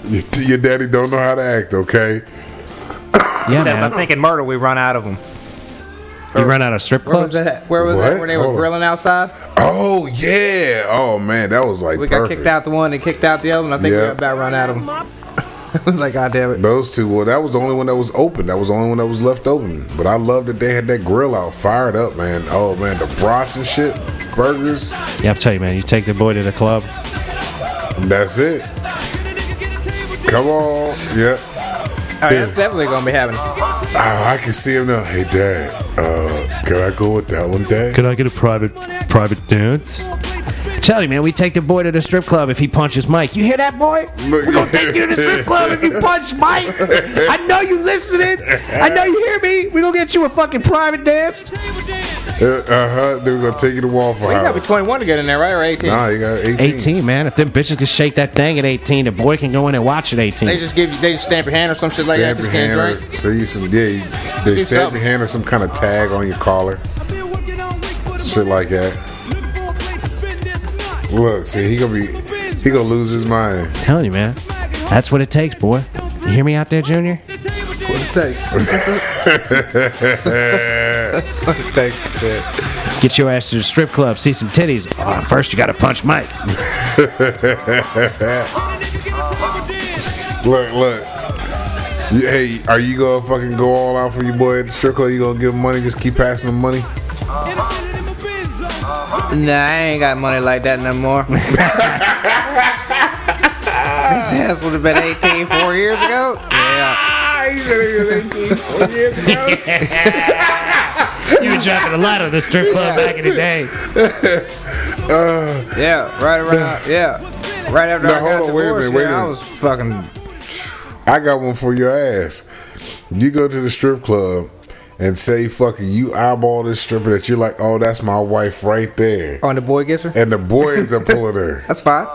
C: Your, your daddy don't know how to act. Okay.
A: Yeah,
B: Except I'm
A: man.
B: thinking murder, we run out of them.
A: You run out of strip
B: Where was
A: clubs.
B: that? at? Where was
C: What?
B: that? Where they were
C: Hold on.
B: grilling outside?
C: Oh yeah. Oh man, that was like
B: We got
C: perfect.
B: kicked out the one and kicked out the other one. I think we
C: Yeah.
B: we about run out of them. I was like, God damn it.
C: Those two. Well, that was the only one that was open. That was the only one that was left open. But I love that they had that grill out fired up, man. Oh man, the brats and shit, burgers.
A: Yeah, I'm telling you, man. You take the boy to the club.
C: That's it. Come on, yeah.
B: All right, that's definitely going to be happening.
C: Oh, I can see him now. Hey, Dad. Uh, can I go with that one, Dad?
A: Could I get a private private dance? Tell you, man, we take the boy to the strip club if he punches Mike. You hear that, boy?
C: Look-
A: We're gonna take you to the strip club if you punch Mike. I know you listening. I know you hear me. We're gonna get you a fucking private dance.
C: Uh huh. They're gonna take you to Waffle
B: You got to be
C: House.
B: 21 to get in there, right? Or 18?
C: Nah, you got 18.
A: 18, man. If them bitches can shake that thing at 18, the boy can go in and watch at 18.
B: They just give you, they just stamp your hand or some shit like that.
C: Stamp
B: Just
C: your
B: can't
C: hand.
B: drink.
C: Or, see some. Yeah, you- they
B: Do
C: stamp
B: something.
C: your hand or some kind of tag on your collar, shit like that. Look, see, he gonna be, he gonna lose his mind.
A: telling you, man. That's what it takes, boy. You hear me out there, Junior?
B: Thanks. Shit.
A: Get your ass to the strip club, see some titties. Oh, first, you gotta punch Mike.
C: Look, look. You- Hey, are you gonna fucking go all out for your boy at the strip club? You gonna give him money? Just keep passing him money.
B: Nah, I ain't got money like that no more. His ass would have been 18 four years ago. Yeah.
A: You were dropping a lot of the strip club back in the day.
B: Yeah, right around. Yeah. Right after
C: Now,
B: I got
C: hold on, wait a
B: divorced,
C: minute, wait a
B: yeah, I
C: minute.
B: was fucking
C: I got one for your ass. You go to the strip club and say fucking you eyeball this stripper that you're like, oh, that's my wife right there.
B: on the boy gets her.
C: And the boy ends up pulling her.
B: That's fine.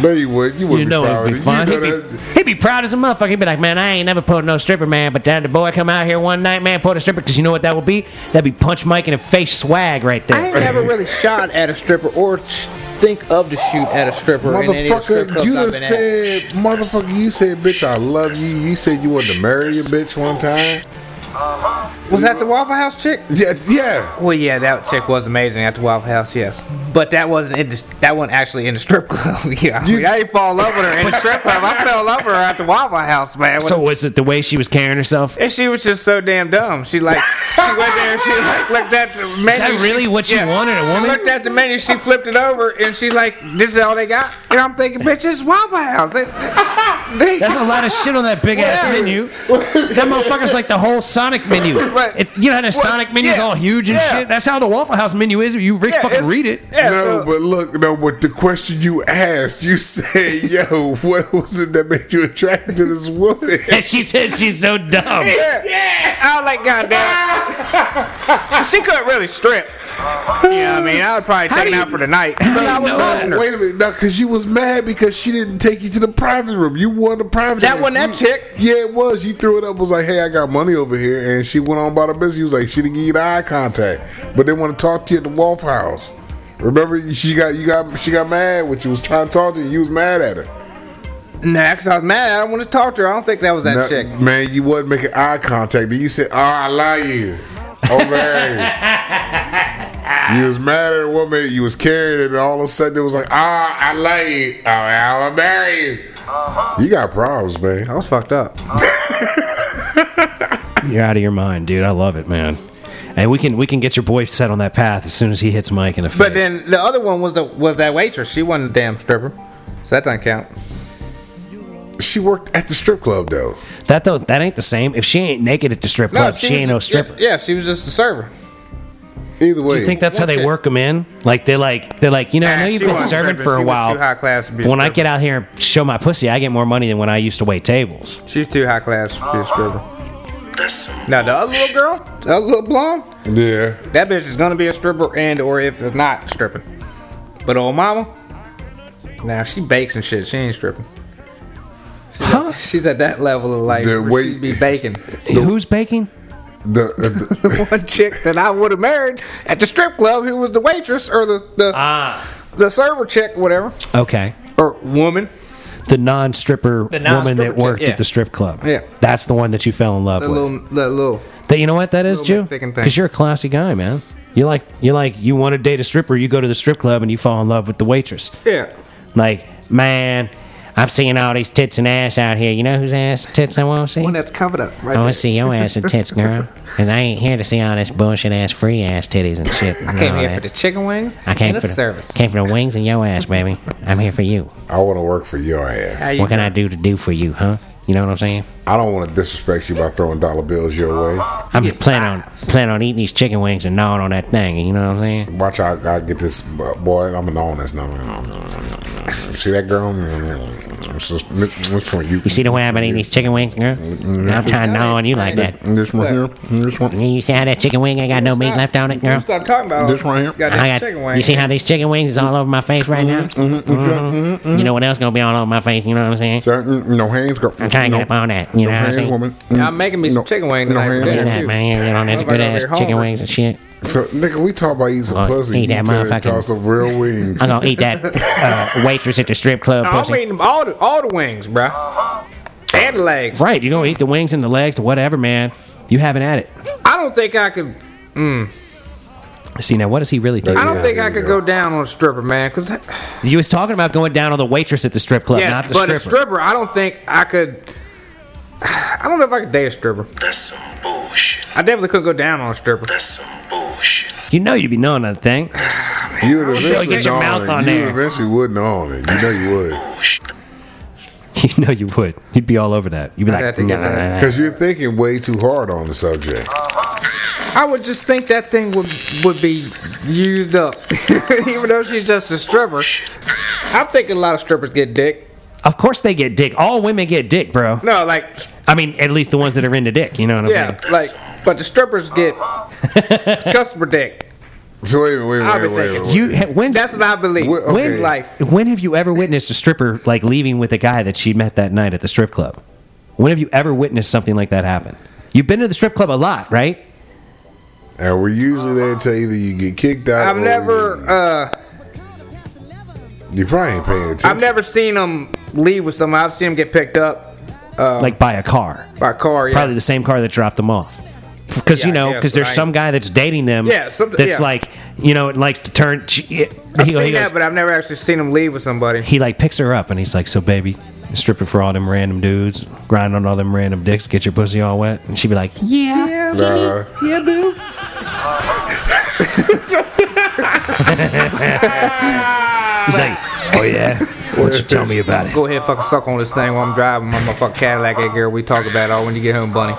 C: No, you would. You wouldn't
A: You know
C: be
A: it'd
C: proud.
A: be fun.
C: You
A: He'd
C: know
A: be,
C: that.
A: he'd be proud as a motherfucker. He'd be like, man, I ain't never pulled no stripper, man. But then the boy come out here one night, man, pulled a stripper. Because you know what that would be? That'd be punch Mike in the face swag right
B: I
A: there.
B: ain't never really shot at a stripper or sh- think of to shoot at a stripper in any of the strip
C: Motherfucker,
B: clubs
C: you
B: I've
C: done
B: been
C: said, motherfucker, you said, bitch, I love you. You said you wanted to marry your bitch one time.
B: Was that the Waffle House chick?
C: Yeah, yeah.
B: Well, yeah, that chick was amazing at the Waffle House, yes. But that wasn't in the, that wasn't actually in the strip club. yeah, I, mean, I ain't fall in love with her in the strip club. I fell in love with her at the Waffle House, man.
A: So was it the way she was carrying herself?
B: and she was just so damn dumb. She like she went there and she like looked at the menu.
A: that really what you wanted, a woman?
B: She looked at the menu. She flipped it over and she like, "This is all they got." And I'm thinking, "Bitch, it's Waffle House." They- they-
A: That's a lot of shit on that big ass
B: Yeah.
A: menu. That motherfucker's like the whole Sonic menu.
B: Right.
A: It, you know how the
B: Well,
A: Sonic menu's
B: yeah,
A: all huge and
B: yeah.
A: shit? That's how the Waffle House menu is. You re-
B: Yeah,
A: fucking
B: it's-
A: read it.
B: Yeah,
C: no,
B: so-
C: but look, no, but the question you asked, you said, yo, what was it that made you attracted to this woman?
A: And she said she's so dumb.
B: Yeah. I was like, goddamn. she couldn't really strip. Yeah, I mean, I would probably take it out for the night. I was
A: know
B: watching her.
C: Wait a minute, no, because you was mad because she didn't take you to the private room. You won the private.
B: That
C: dance.
B: wasn't that
C: You-
B: chick.
C: Yeah, it was. You threw it up. Was like, hey, I got money over here, and she went on about her business. You was like, she didn't give you the eye contact, but they want to talk to you at the Waffle House. Remember, she got you got she got mad when you was trying to talk to you. You was mad at her.
B: Nah, 'cause I was mad. I don't want to talk to her. I don't think that was that
C: No,
B: chick.
C: Man, you wasn't making eye contact. Then you said, "Oh, I lie you." Oh man, you was mad at a woman. You was carrying it, and all of a sudden it was like, "Ah, I lie you. Oh, I'll marry you."
B: Uh-huh.
C: You got problems, man.
B: I was fucked up.
A: You're out of your mind, dude. I love it, man. And we can we can get your boy set on that path as soon as he hits Mike in the face.
B: But then the other one was the was that waitress. She wasn't a damn stripper, so that doesn't count.
C: She worked at the strip club though.
A: that though that ain't the same. If she ain't naked at the strip club, she,
B: was
A: ain't no
B: just-
A: stripper.
B: Yeah, yeah, she was just a server.
C: Either way,
A: You think that's how they
B: That's it.
A: work them in? Like they're like they're like you know I
B: Nah,
A: know you've
B: she
A: been
B: wasn't
A: serving
B: stripping.
A: for
B: She
A: a
B: was
A: while.
B: too high class to be a
A: when I
B: stripper.
A: get out here and show my pussy, I get more money than when I used to wait tables.
B: She's too high class to be a stripper. Now the other little girl, the other little blonde,
C: yeah,
B: that bitch is gonna be a stripper and or if it's not stripping. But old mama, now she bakes and shit. She ain't stripping. She's, at, she's at that level of like
C: The
B: where she
C: way-
B: be baking.
A: Who's baking?
C: the, uh, the
B: the one chick that I would have married at the strip club who was the waitress or the the,
A: Ah,
B: the server chick, whatever,
A: okay.
B: or woman.
A: The non-stripper
B: The non-stripper
A: woman that
B: chick,
A: worked
B: yeah.
A: at the strip club.
B: Yeah.
A: that's the one that you fell in love
B: The
A: with.
B: little, the little.
A: That you know what that is,
B: Little
A: Jew?
B: bit thick and thin.
A: Because you're a classy guy, man. You like you like you want to date a stripper. You go to the strip club and you fall in love with the waitress.
B: Yeah.
A: Like, man, I'm seeing all these tits and ass out here. You know whose ass and tits I want to see?
B: One that's covered up
A: Oh,
B: right
A: I
B: there.
A: want to see your ass and tits, girl. Because I ain't here to see all this bullshit ass free ass titties and shit.
B: I came here for the chicken wings
A: I came
B: and the
A: for the
B: service.
A: Came for the wings and your ass, baby. I'm here for you.
C: I want to work for your ass.
B: How you
A: What can I do to do for you, huh? You know what I'm saying?
C: I don't want to disrespect you by throwing dollar bills your way.
B: Uh-huh.
A: I'm just planning on planning on eating these chicken wings and gnawing on that thing. You know what I'm saying?
C: Watch out, I get this bu- boy. I'm an honest now. See that girl? It's just- This one you.
A: You see the way I've been eating these chicken wings, girl? I'm trying to gnaw on you like that.
C: This one here. This one.
A: You see how that chicken wing ain't got no meat left on it, girl?
B: Stop talking about
C: This right here?
B: Goddamn
A: I
B: chicken
A: got.
B: wings.
A: You see how these chicken wings is all over my face right now? Mm-hmm. You know what else gonna be all over my face? You know what I'm saying?
C: That- No hands. Go.
A: I'm trying to
C: no,
A: get up on that. You know
C: no
A: what I'm
C: hands,
A: saying?
C: woman.
B: I'm making me some chicken wings
C: No
B: tonight for
C: hands.
A: Look at
B: dinner
A: that,
B: too.
A: man. Get on that
B: Motherfucker
A: good
B: over
A: ass
B: here
A: chicken
B: hungry.
A: wings and shit.
C: So, nigga, we talk about eating some
A: Oh,
C: pussy.
A: eat
C: You
A: that
C: tell
A: motherfucking-
C: toss some real wings.
A: I'm gonna eat that uh, waitress at the strip club
B: I'm
A: pussy.
B: eating all the all the wings, bruh.
C: Uh-huh.
B: And the legs.
A: Right, you gonna eat the wings and the legs, whatever, man. You haven't at it.
B: I don't think I could.
A: See now, what does he really think?
B: I don't
C: Yeah,
B: think I
C: there you
B: could
C: go.
B: go down on a stripper, man. Cause that-
A: You was talking about going down on the waitress at the strip club,
B: yes,
A: not the
B: but
A: stripper.
B: a stripper, I don't think I could. I don't know if I could date a stripper.
E: That's some bullshit.
B: I definitely couldn't go down on a stripper.
E: That's some bullshit.
A: you know you'd be knowing that thing.
C: You would eventually
A: get your
C: gnaw
A: mouth
C: it.
A: on
C: You
A: there.
C: eventually would gnaw on it. You know you would.
E: Bullshit.
A: You know you would. You'd be all over that. You'd be
B: I'd
A: like,
B: have to get
A: "Nah,
B: that."
A: nah, nah."
C: Because you're thinking way too hard on the subject.
B: I would just think that thing would would be used up, even though she's just a stripper. I'm thinking a lot of strippers get dick.
A: of course they get dick. All women get dick, bro.
B: No, like
A: I mean, at least the ones that are into dick. You know what I'm
B: yeah,
A: saying?
B: like but the strippers get
C: Uh-huh.
B: customer dick.
C: So wait, a minute, wait,
B: I'll be
C: wait, wait, wait,
B: thinking.
C: wait.
A: You ha- when's
B: That's what I believe.
C: Well, okay.
B: Win life.
A: When have you ever witnessed a stripper like leaving with a guy that she met that night at the strip club? When have you ever witnessed something like that happen? You've been to the strip club a lot, right?
C: And we're usually there until either you get kicked out.
B: I've
C: or
B: never uh
C: You probably ain't paying attention.
B: I've never seen them leave with someone. I've seen them get picked up
A: like by a car,
B: by a car. Um, Yeah.
A: probably the same car that dropped them off. because you
B: Yeah,
A: know
B: yeah,
A: because there's
B: right.
A: some guy that's dating them.
B: Yeah, some-
A: that's
B: yeah.
A: like you know it likes to turn. She, he,
B: I've
A: he goes-
B: seen that, but I've never actually seen him leave with somebody.
A: he like picks her up and he's like, "So baby, stripping for all them random dudes, grind on all them random dicks, get your pussy all wet," and she'd be like, "Yeah."
C: Nah.
B: Yeah, boo.
A: He's like, "Oh yeah, what you tell me about it?"
B: Go ahead, fucking suck on this thing while I'm driving my motherfucking Cadillac. That girl we talk about all when you get home, bunny.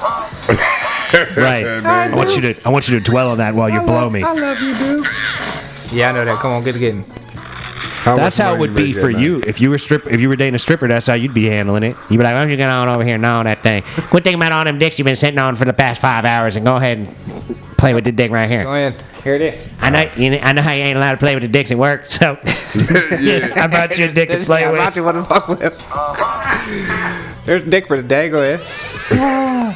A: Right. I want you to I want you to dwell on that while you blow me.
B: Yeah, I know that. Come on, get it getting.
C: How
A: That's
C: much
A: how it
C: money
A: would
C: make
A: be
C: that
A: for
C: night?
A: you if you were strip if you were dating a stripper. That's how you'd be handling it. You'd be like, "Why don't you get on over here and on that thing? Quit thinking about all them dicks you've been sitting on for the past five hours, and go ahead and play with the dick right
B: Go
A: here.
B: ahead. Here it is.
A: I know you, I know how you ain't allowed to play with the dicks at work, so yeah, I brought you a dick to
B: There's-
A: play
B: yeah,
A: with.
B: Monty, what the fuck with? There's dick for the day. Go ahead.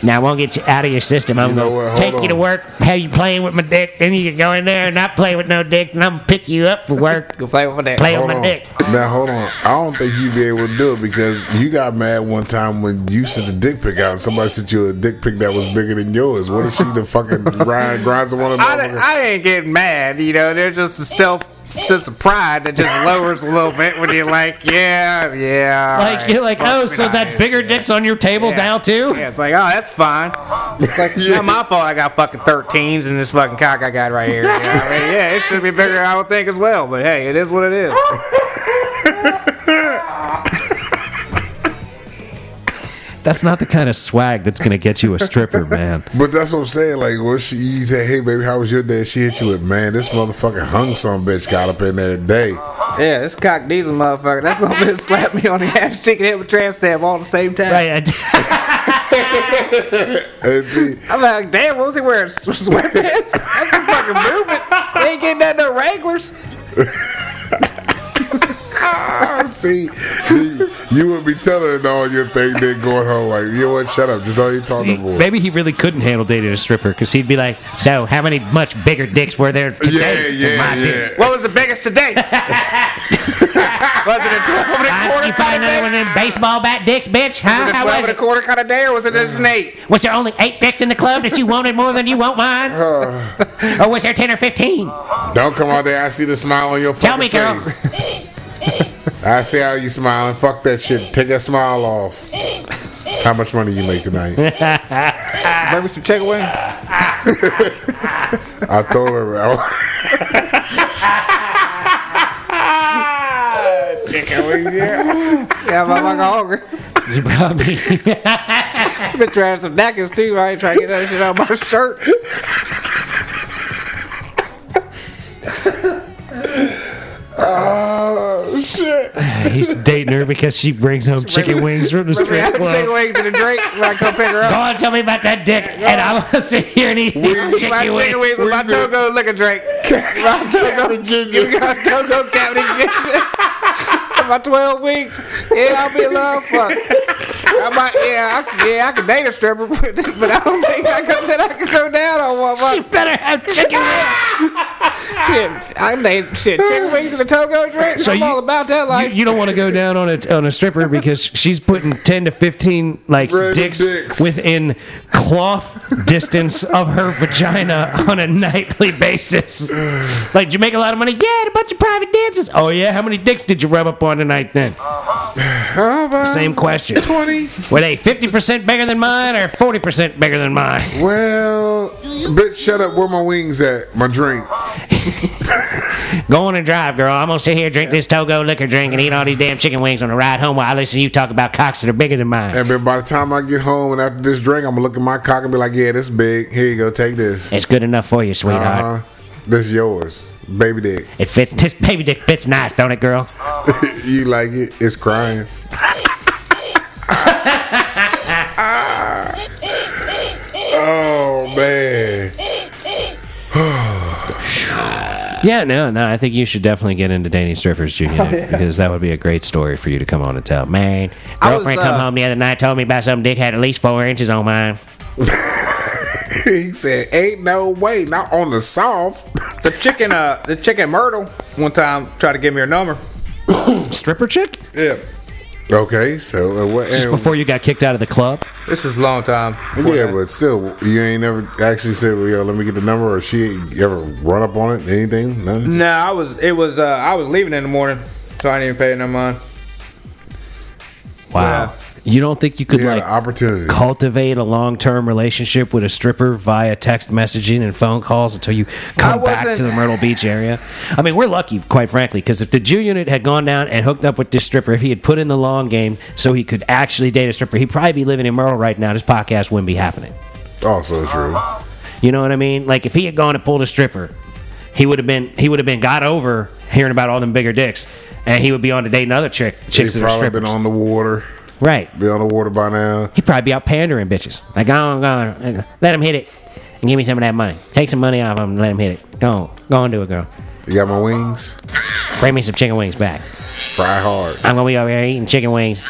A: Now I won't get you out of your system. I'm
C: You know
A: gonna
C: what,
A: take
C: hold
A: you to
C: on.
A: work, have you playing with my dick, then you can go in there and not play with no dick, and I'm gonna pick you up for work.
B: Go play with that.
A: Play-
C: Hold
A: on my
C: on.
A: dick.
C: Now hold on. I don't think you'd be able to do it because you got mad one time when you sent a dick pic out and somebody sent you a dick pic that was bigger than yours. What if she the fucking grind grinds one of
B: I, di-
C: them?
B: I ain't getting mad. You know, there's just a self sense of pride that just lowers a little bit when you're like, yeah, yeah. all
A: Like
B: right.
A: you're like,
B: Fuck
A: oh,
B: with
A: so
B: all
A: that
B: this,
A: bigger
B: yeah."
A: dick's on your table
B: Yeah.
A: now too.
B: Yeah, it's like, oh, that's fine. It's like, it's not my fault I got fucking 13s and this fucking cock I got right here. You know what I mean? Yeah, it should be bigger, I would think, as well. But hey, it is what it is.
A: That's not the kind of swag that's gonna get you a stripper, man.
C: But that's what I'm saying. Like, what she you say, hey baby, how was your day? She hit you with, man, this motherfucking hung some bitch got up in there today.
B: Yeah, this cock diesel motherfucker. That's gonna be slap me on the ass, chicken hit with tramp stamp all at the same time.
A: Right? I d-
C: And see,
B: I'm like, damn, what was he wearing? S- Sweatpants? That's a fucking movement. They ain't getting that no Wranglers.
C: see, you would be telling her all your thing, then going home like, you know what? Shut up. Just all you talking
A: See,
C: about.
A: maybe he really couldn't handle dating a stripper because he'd be like, "So, how many much bigger dicks were there
C: Yeah,
A: today?" than
C: yeah,
A: my dick?"
C: yeah.
B: What was the biggest today? was it a 12 and a
A: Huh?
B: quarter
A: You find
B: kind
A: another one
B: of
A: of
B: day?
A: them baseball bat dicks, bitch?
B: Was
A: Huh?
B: it a
A: How
B: 12
A: was
B: and a
A: it?
B: quarter kind of day or was it just an 8?
A: Was there only eight dicks in the club that you wanted more than you want mine? or was there ten or fifteen?
C: Don't come out there. I see the smile on your
A: Tell
C: fucking
A: me, girl.
C: face. I see how you smiling. Fuck that shit. Take that smile off. How much money you make tonight?
B: Bring me some check away.
C: I told her. I,
B: Yeah, I'm like hungry.
A: You brought me.
B: Been trying some napkins too. I ain't trying to get that shit out of my shirt.
C: oh shit!
A: He's dating her because she brings home chicken wings from the strip
B: Chicken
A: club.
B: wings and a drink when I come pick her
A: Go
B: up.
A: on, tell me about that dick, and I'm gonna sit here and eat these
B: My
A: chicken
B: chicken
A: wings.
B: wings with my Togo liquor drink. My Togo, you got Togo cavity injection. my 12 weeks. Yeah, I'll be a love fuck. I might, yeah, I, can- yeah, I can date a stripper, but, but I don't think I can said I could go down on one.
A: She
B: Fuck.
A: better have chicken wings.
B: Shit, I can date shit. Chicken wings and a Togo drink.
A: So
B: I'm
A: you-
B: all about that
A: you,
B: life.
A: you don't want to go down on a on a stripper because she's putting ten to fifteen like
C: Random
A: dicks,
C: dicks.
A: within cloth distance of her vagina on a nightly basis. Like, did you make a lot of money? Yeah, at a bunch of private dances. Oh yeah, how many dicks did you rub up on tonight then? Same question.
C: Twenty.
A: Were they fifty percent bigger than mine or forty percent bigger than mine?
C: Well, bitch, shut up. Where my wings at? My drink.
A: Go on and drive, girl. I'm gonna sit here, drink this Togo liquor drink, and eat all these damn chicken wings on the ride home while I listen to you talk about cocks that are bigger than mine.
C: And then by the time I get home and after this drink, I'm gonna look at my cock and be like, yeah, this big. Here you go. Take this.
A: It's good enough for you, sweetheart.
C: Uh, this yours, baby dick.
A: It fits. This baby dick fits nice, don't it, girl?
C: you like it? It's crying. oh man!
A: Yeah, no, no. I think you should definitely get into dating strippers,
B: Oh,
A: Junior, because that would be a great story for you to come on and tell. Man,
B: I was,
A: girlfriend come
B: uh,
A: home the other night, told me about some dick had at least four inches on mine.
C: he said, "Ain't no way, not on the soft."
B: The chicken, uh, the chicken Myrtle one time tried to give me her number.
A: Stripper chick?
B: Yeah.
C: Okay, so uh, what?
A: Just
C: and-
A: before you got kicked out of the club.
B: This is a long time. before
C: Yeah,
B: that.
C: but still, you ain't never actually said, well, "Yo, let me get the number," or she you ever run up on it? Anything? Nothing.
A: Mm,
B: No, I was. It was. Uh, I was leaving in the morning, so I didn't even pay no mind.
A: Wow. You don't think you could
C: You had
A: like
C: an opportunity.
A: cultivate a long-term relationship with a stripper via text messaging and phone calls until you come back
B: wasn't-
A: to the Myrtle Beach area? I mean, we're lucky, quite frankly, because if the Jew unit had gone down and hooked up with this stripper, if he had put in the long game so he could actually date a stripper, he'd probably be living in Myrtle right now. This podcast wouldn't be happening.
C: Also true.
A: You know what I mean? Like if he had gone and pulled a stripper, he would have been he would have been got over hearing about all them bigger dicks, and he would be on to dating other chick
C: She's
A: chicks that are
C: probably
A: strippers.
C: been on the water.
A: right.
C: Be on the water by now.
A: He'd probably be out pandering bitches. Like, go on, go on. Let him hit it. And give me some of that money. Take some money off him and let him hit it. Go on. Go on, do it, girl.
C: You got my wings.
A: Bring me some chicken wings back.
C: Fry hard.
A: I'm going to be over here eating chicken wings.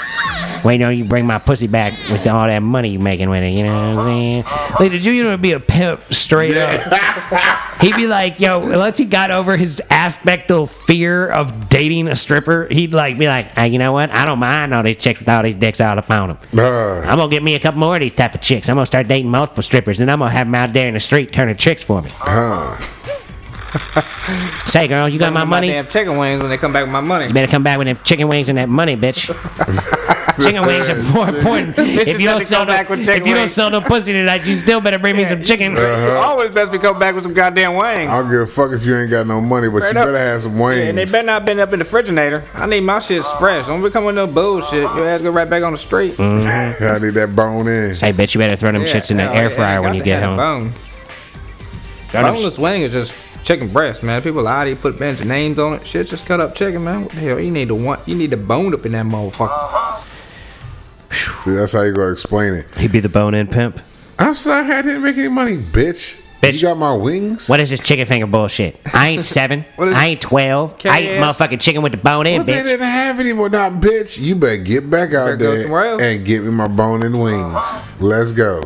A: Wait, no, you bring my pussy back with all that money you making with it. You know what I'm saying? Like, the Junior would be a pimp straight up. He'd be like, yo, once he got over his aspectal fear of dating a stripper, he'd like be like, hey, you know what? I don't mind all these chicks with all these dicks all up on them.
C: Uh,
A: I'm gonna get me a couple more of these type of chicks. I'm gonna start dating multiple strippers, and I'm gonna have them out there in the street turning tricks for me.
C: huh.
A: Say, girl, you got my money?
B: Damn chicken wings when they come back with my money.
A: You better come back with them chicken wings and that money, bitch. chicken wings are more important. if
B: Bitches
A: you don't
B: better
A: sell
B: come
A: no,
B: back with
A: if
B: chicken
A: you don't
B: wings.
A: sell no pussy tonight, you still better bring me some chicken.
B: You Always best we come back with some goddamn wings.
C: I don't give a fuck if you ain't got no money, but
B: Straight
C: you
B: up.
C: better have some wings.
B: and they better not been up in the refrigerator. I need my shit fresh. Don't be coming with no bullshit. Your ass go right back on the street.
C: I need that bone in.
A: Hey, bitch, you better throw them Mm, shits in the
B: yeah,
A: air
B: yeah,
A: fryer when
B: got
A: you
B: to
A: get
B: add a
A: home.
B: Bone.
A: Throw them
B: Boneless wing is just chicken breast, man. People lie to you, put men's names on it. Shit, just cut up chicken, man. What the hell? You need to want. You need to bone up in that motherfucker.
C: See, that's how you gonna explain it.
A: sh- He'd be the bone in pimp.
C: I'm sorry, I didn't make any money, bitch.
A: Bitch.
C: You got my wings.
A: What is this chicken finger bullshit? I ain't seven.
B: What is-
A: I ain't twelve. I
B: Carry
A: ain't
B: ass.
A: motherfucking chicken with the bone in,
C: But they
A: bitch.
C: didn't have any more. Not, bitch. You better get back out
B: better go somewhere
C: there
B: else.
C: and get me my bone and wings. Let's go.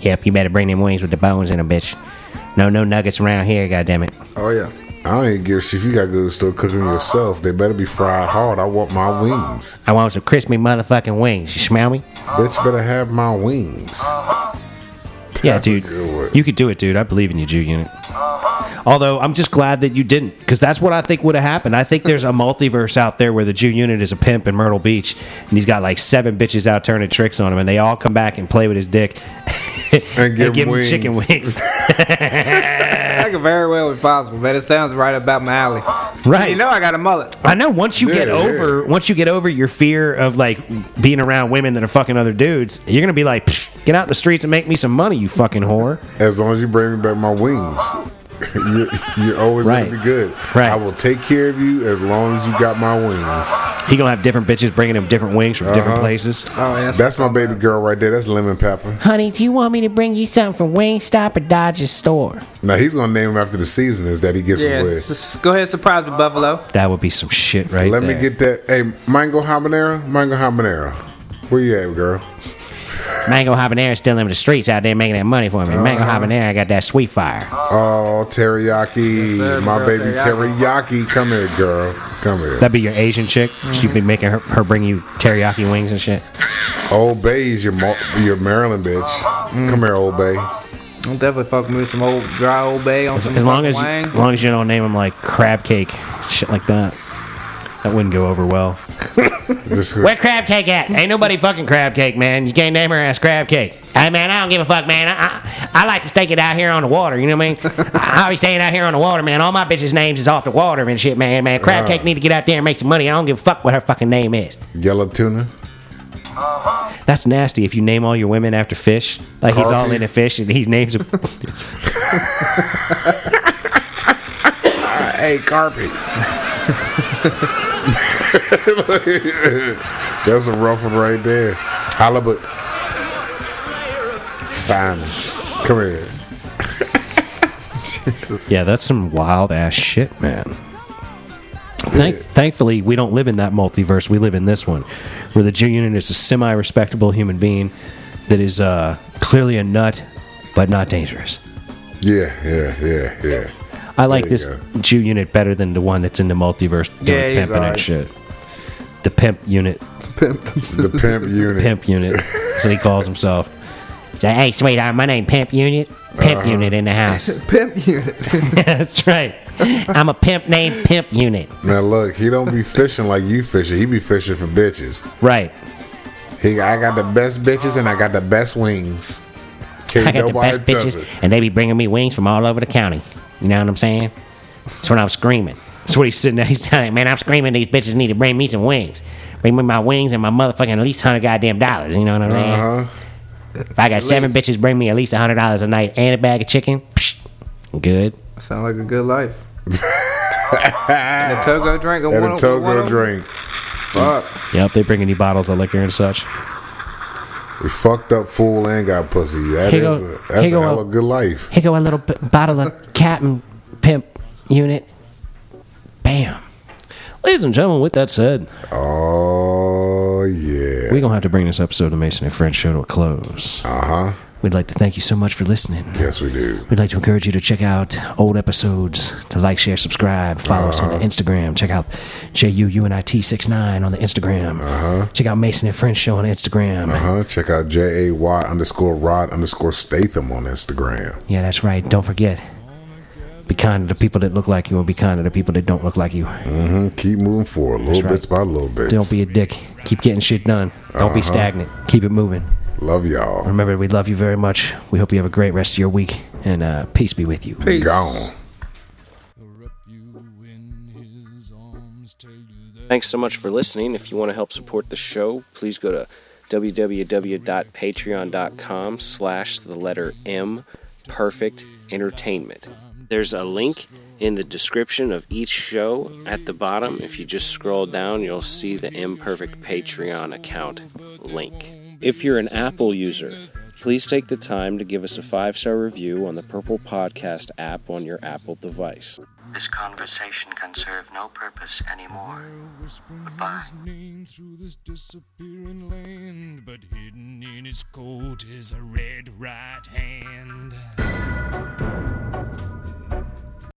A: Yep, you better bring them wings with the bones in them, bitch. No, no nuggets around here, goddammit.
B: Oh yeah.
C: I ain't give a shit if you got to go to the store cooking yourself. They better be fried hard. I want my wings.
A: I want some crispy motherfucking wings. You smell me?
C: Bitch, you better have my wings.
A: Yeah,
C: That's a
A: dude.
C: good one.
A: You could do it, dude. I believe in you, Jew Unit. Although I'm just glad that you didn't, because that's what I think would have happened. I think there's a multiverse out there where the Jew Unit is a pimp in Myrtle Beach, and he's got like seven bitches out turning tricks on him, and they all come back and play with his dick
C: And give him wings.
A: chicken wings.
B: That could very well be possible, man. It sounds right about my alley.
A: right.
B: You know I got a mullet.
A: I know once you get
C: Yeah,
A: over once you get over your fear of like being around women that are fucking other dudes, you're gonna be like, "Psh, get out in the streets and make me some money, you fucking whore.
C: As long as you bring me back my wings, you're, you're always
A: Right.
C: going to be good.
A: Right.
C: I will take care of you as long as you got my wings.
A: He gonna have different bitches bringing him different wings from
C: Uh-huh.
A: different places.
B: Oh yeah.
C: That's my baby girl right there. That's Lemon Pepper.
A: Honey, do you want me to bring you something from Wingstop or Dodger's store?
C: Now, he's going to name him after the seasonings that he gets
B: Yeah,
C: him with.
B: just go ahead and surprise me, Buffalo.
A: That would be some shit, right?
C: Let
A: there.
C: me get that. Hey, mango habanero? Mango habanero. Where you at, girl?
A: mango habanero still in the streets out there making that money for me. Mango
C: Uh-huh.
A: habanero, I got that sweet fire.
C: Oh,
B: Yes,
C: teriyaki.
B: sir,
C: my
B: girl,
C: baby teriyaki. Come here, girl. Come here.
A: That'd be your Asian chick. She'd be making her, her bring you teriyaki wings and shit.
C: Old Bay's your Mar- your Maryland bitch. Come here, Old Bay.
B: I'm definitely fucking with some old dry old bay on some
A: As long as, you,
B: fucking
A: as
B: wang.
A: long as you don't name them like crab cake, shit like that. That wouldn't go over well.
C: Just-
A: Where crab cake at? Ain't nobody fucking crab cake, man. You can't name her ass crab cake. Hey, man, I don't give a fuck, man. I, I, I like to stake it out here on the water. You know what I mean? I, I be staying out here on the water, man. All my bitches' names is off the water and shit, man. Man, crab cake need to get out there and make some money. I don't give a fuck what her fucking name is.
C: Yellow tuna.
A: That's nasty. If you name all your women after fish, like he's all
C: Carpy.
A: into fish and he names them.
C: Hey, carpet. That's a rough one right there. Halibut. Simon. Come here.
A: yeah, that's some wild ass shit, man. Thank, thankfully, we don't live in that multiverse. We live in this one, where the Jew unit is a semi-respectable human being that is uh, clearly a nut, but not dangerous.
C: Yeah, yeah, yeah, yeah.
A: I like
C: There you
A: this Jew unit better than the one that's in the multiverse doing
B: Yeah, he's
A: pimping and
B: alright.
A: shit. the pimp unit.
C: The pimp unit.
A: Pimp unit. That's what he calls himself. He's like, hey, sweetheart, my name Pimp Unit. Pimp Unit in the house.
B: Pimp unit.
A: That's right. I'm a pimp named Pimp Unit.
C: Now look, he don't be fishing like you fishing. He be fishing for bitches.
A: Right.
C: He, I got the best bitches and I got the best wings. Can't
A: I got the
C: nobody
A: best
C: touch
A: bitches,
C: it.
A: and they be bringing me wings from all over the county. You know what I'm saying? That's when I'm screaming. That's what he's sitting there. He's telling, man, I'm screaming. These bitches need to bring me some wings. Bring me my wings and my motherfucking at least hundred goddamn dollars. You know what I'm saying?
C: Uh huh.
A: If I got seven bitches, bring me Uh-huh. at least hundred dollars a night and a bag of chicken. Psh, good.
B: Sound like a good life. and a Togo drink.
C: And
B: one
C: a
B: one
C: Togo
B: of-
C: drink.
B: Fuck.
A: Yep, they bring any bottles of liquor and such.
C: We fucked up fool and got pussy. That
A: Here
C: is
A: go-
C: a, that's
A: here
C: a
A: go
C: hell
A: a-
C: of a good life.
A: Here go a little b- bottle of Captain Pimp Unit. Bam. Ladies and gentlemen, with that said,
C: Oh yeah.
A: we're gonna have to bring this episode of the Mason and French Show to a close.
C: Uh huh.
A: We'd like to thank you so much for listening.
C: Yes, we do.
A: We'd like to encourage you to check out old episodes, to like, share, subscribe, follow us on the Instagram. Check out JUUNIT69 on the Instagram.
C: Uh-huh.
A: Check out Mason and French Show on Instagram.
C: Uh huh. Check out J A Y underscore Rod underscore Statham on Instagram.
A: Yeah, that's right. Don't forget. Be kind to the people that look like you and be kind to the people that don't look like you.
C: hmm Keep moving forward, little
A: right.
C: bits by little bits.
A: Don't be a dick. Keep getting shit done. Don't be stagnant. Keep it moving.
C: Love y'all.
A: Remember, we love you very much. We hope you have a great rest of your week and uh, peace be with you.
C: Gone.
F: wrap you in his arms, tell you that.
G: Thanks so much for listening. If you want to help support the show, please go to www.patreon.com slash the letter M Perfect Entertainment. There's a link in the description of each show at the bottom. If you just scroll down, you'll see the Imperfect Patreon account link. If you're an Apple user, please take the time to give us a five star review on the Purple Podcast app on your Apple device.
E: This conversation can serve no purpose anymore. Goodbye.
F: name through this disappearing land, but hidden in his coat is a red right hand.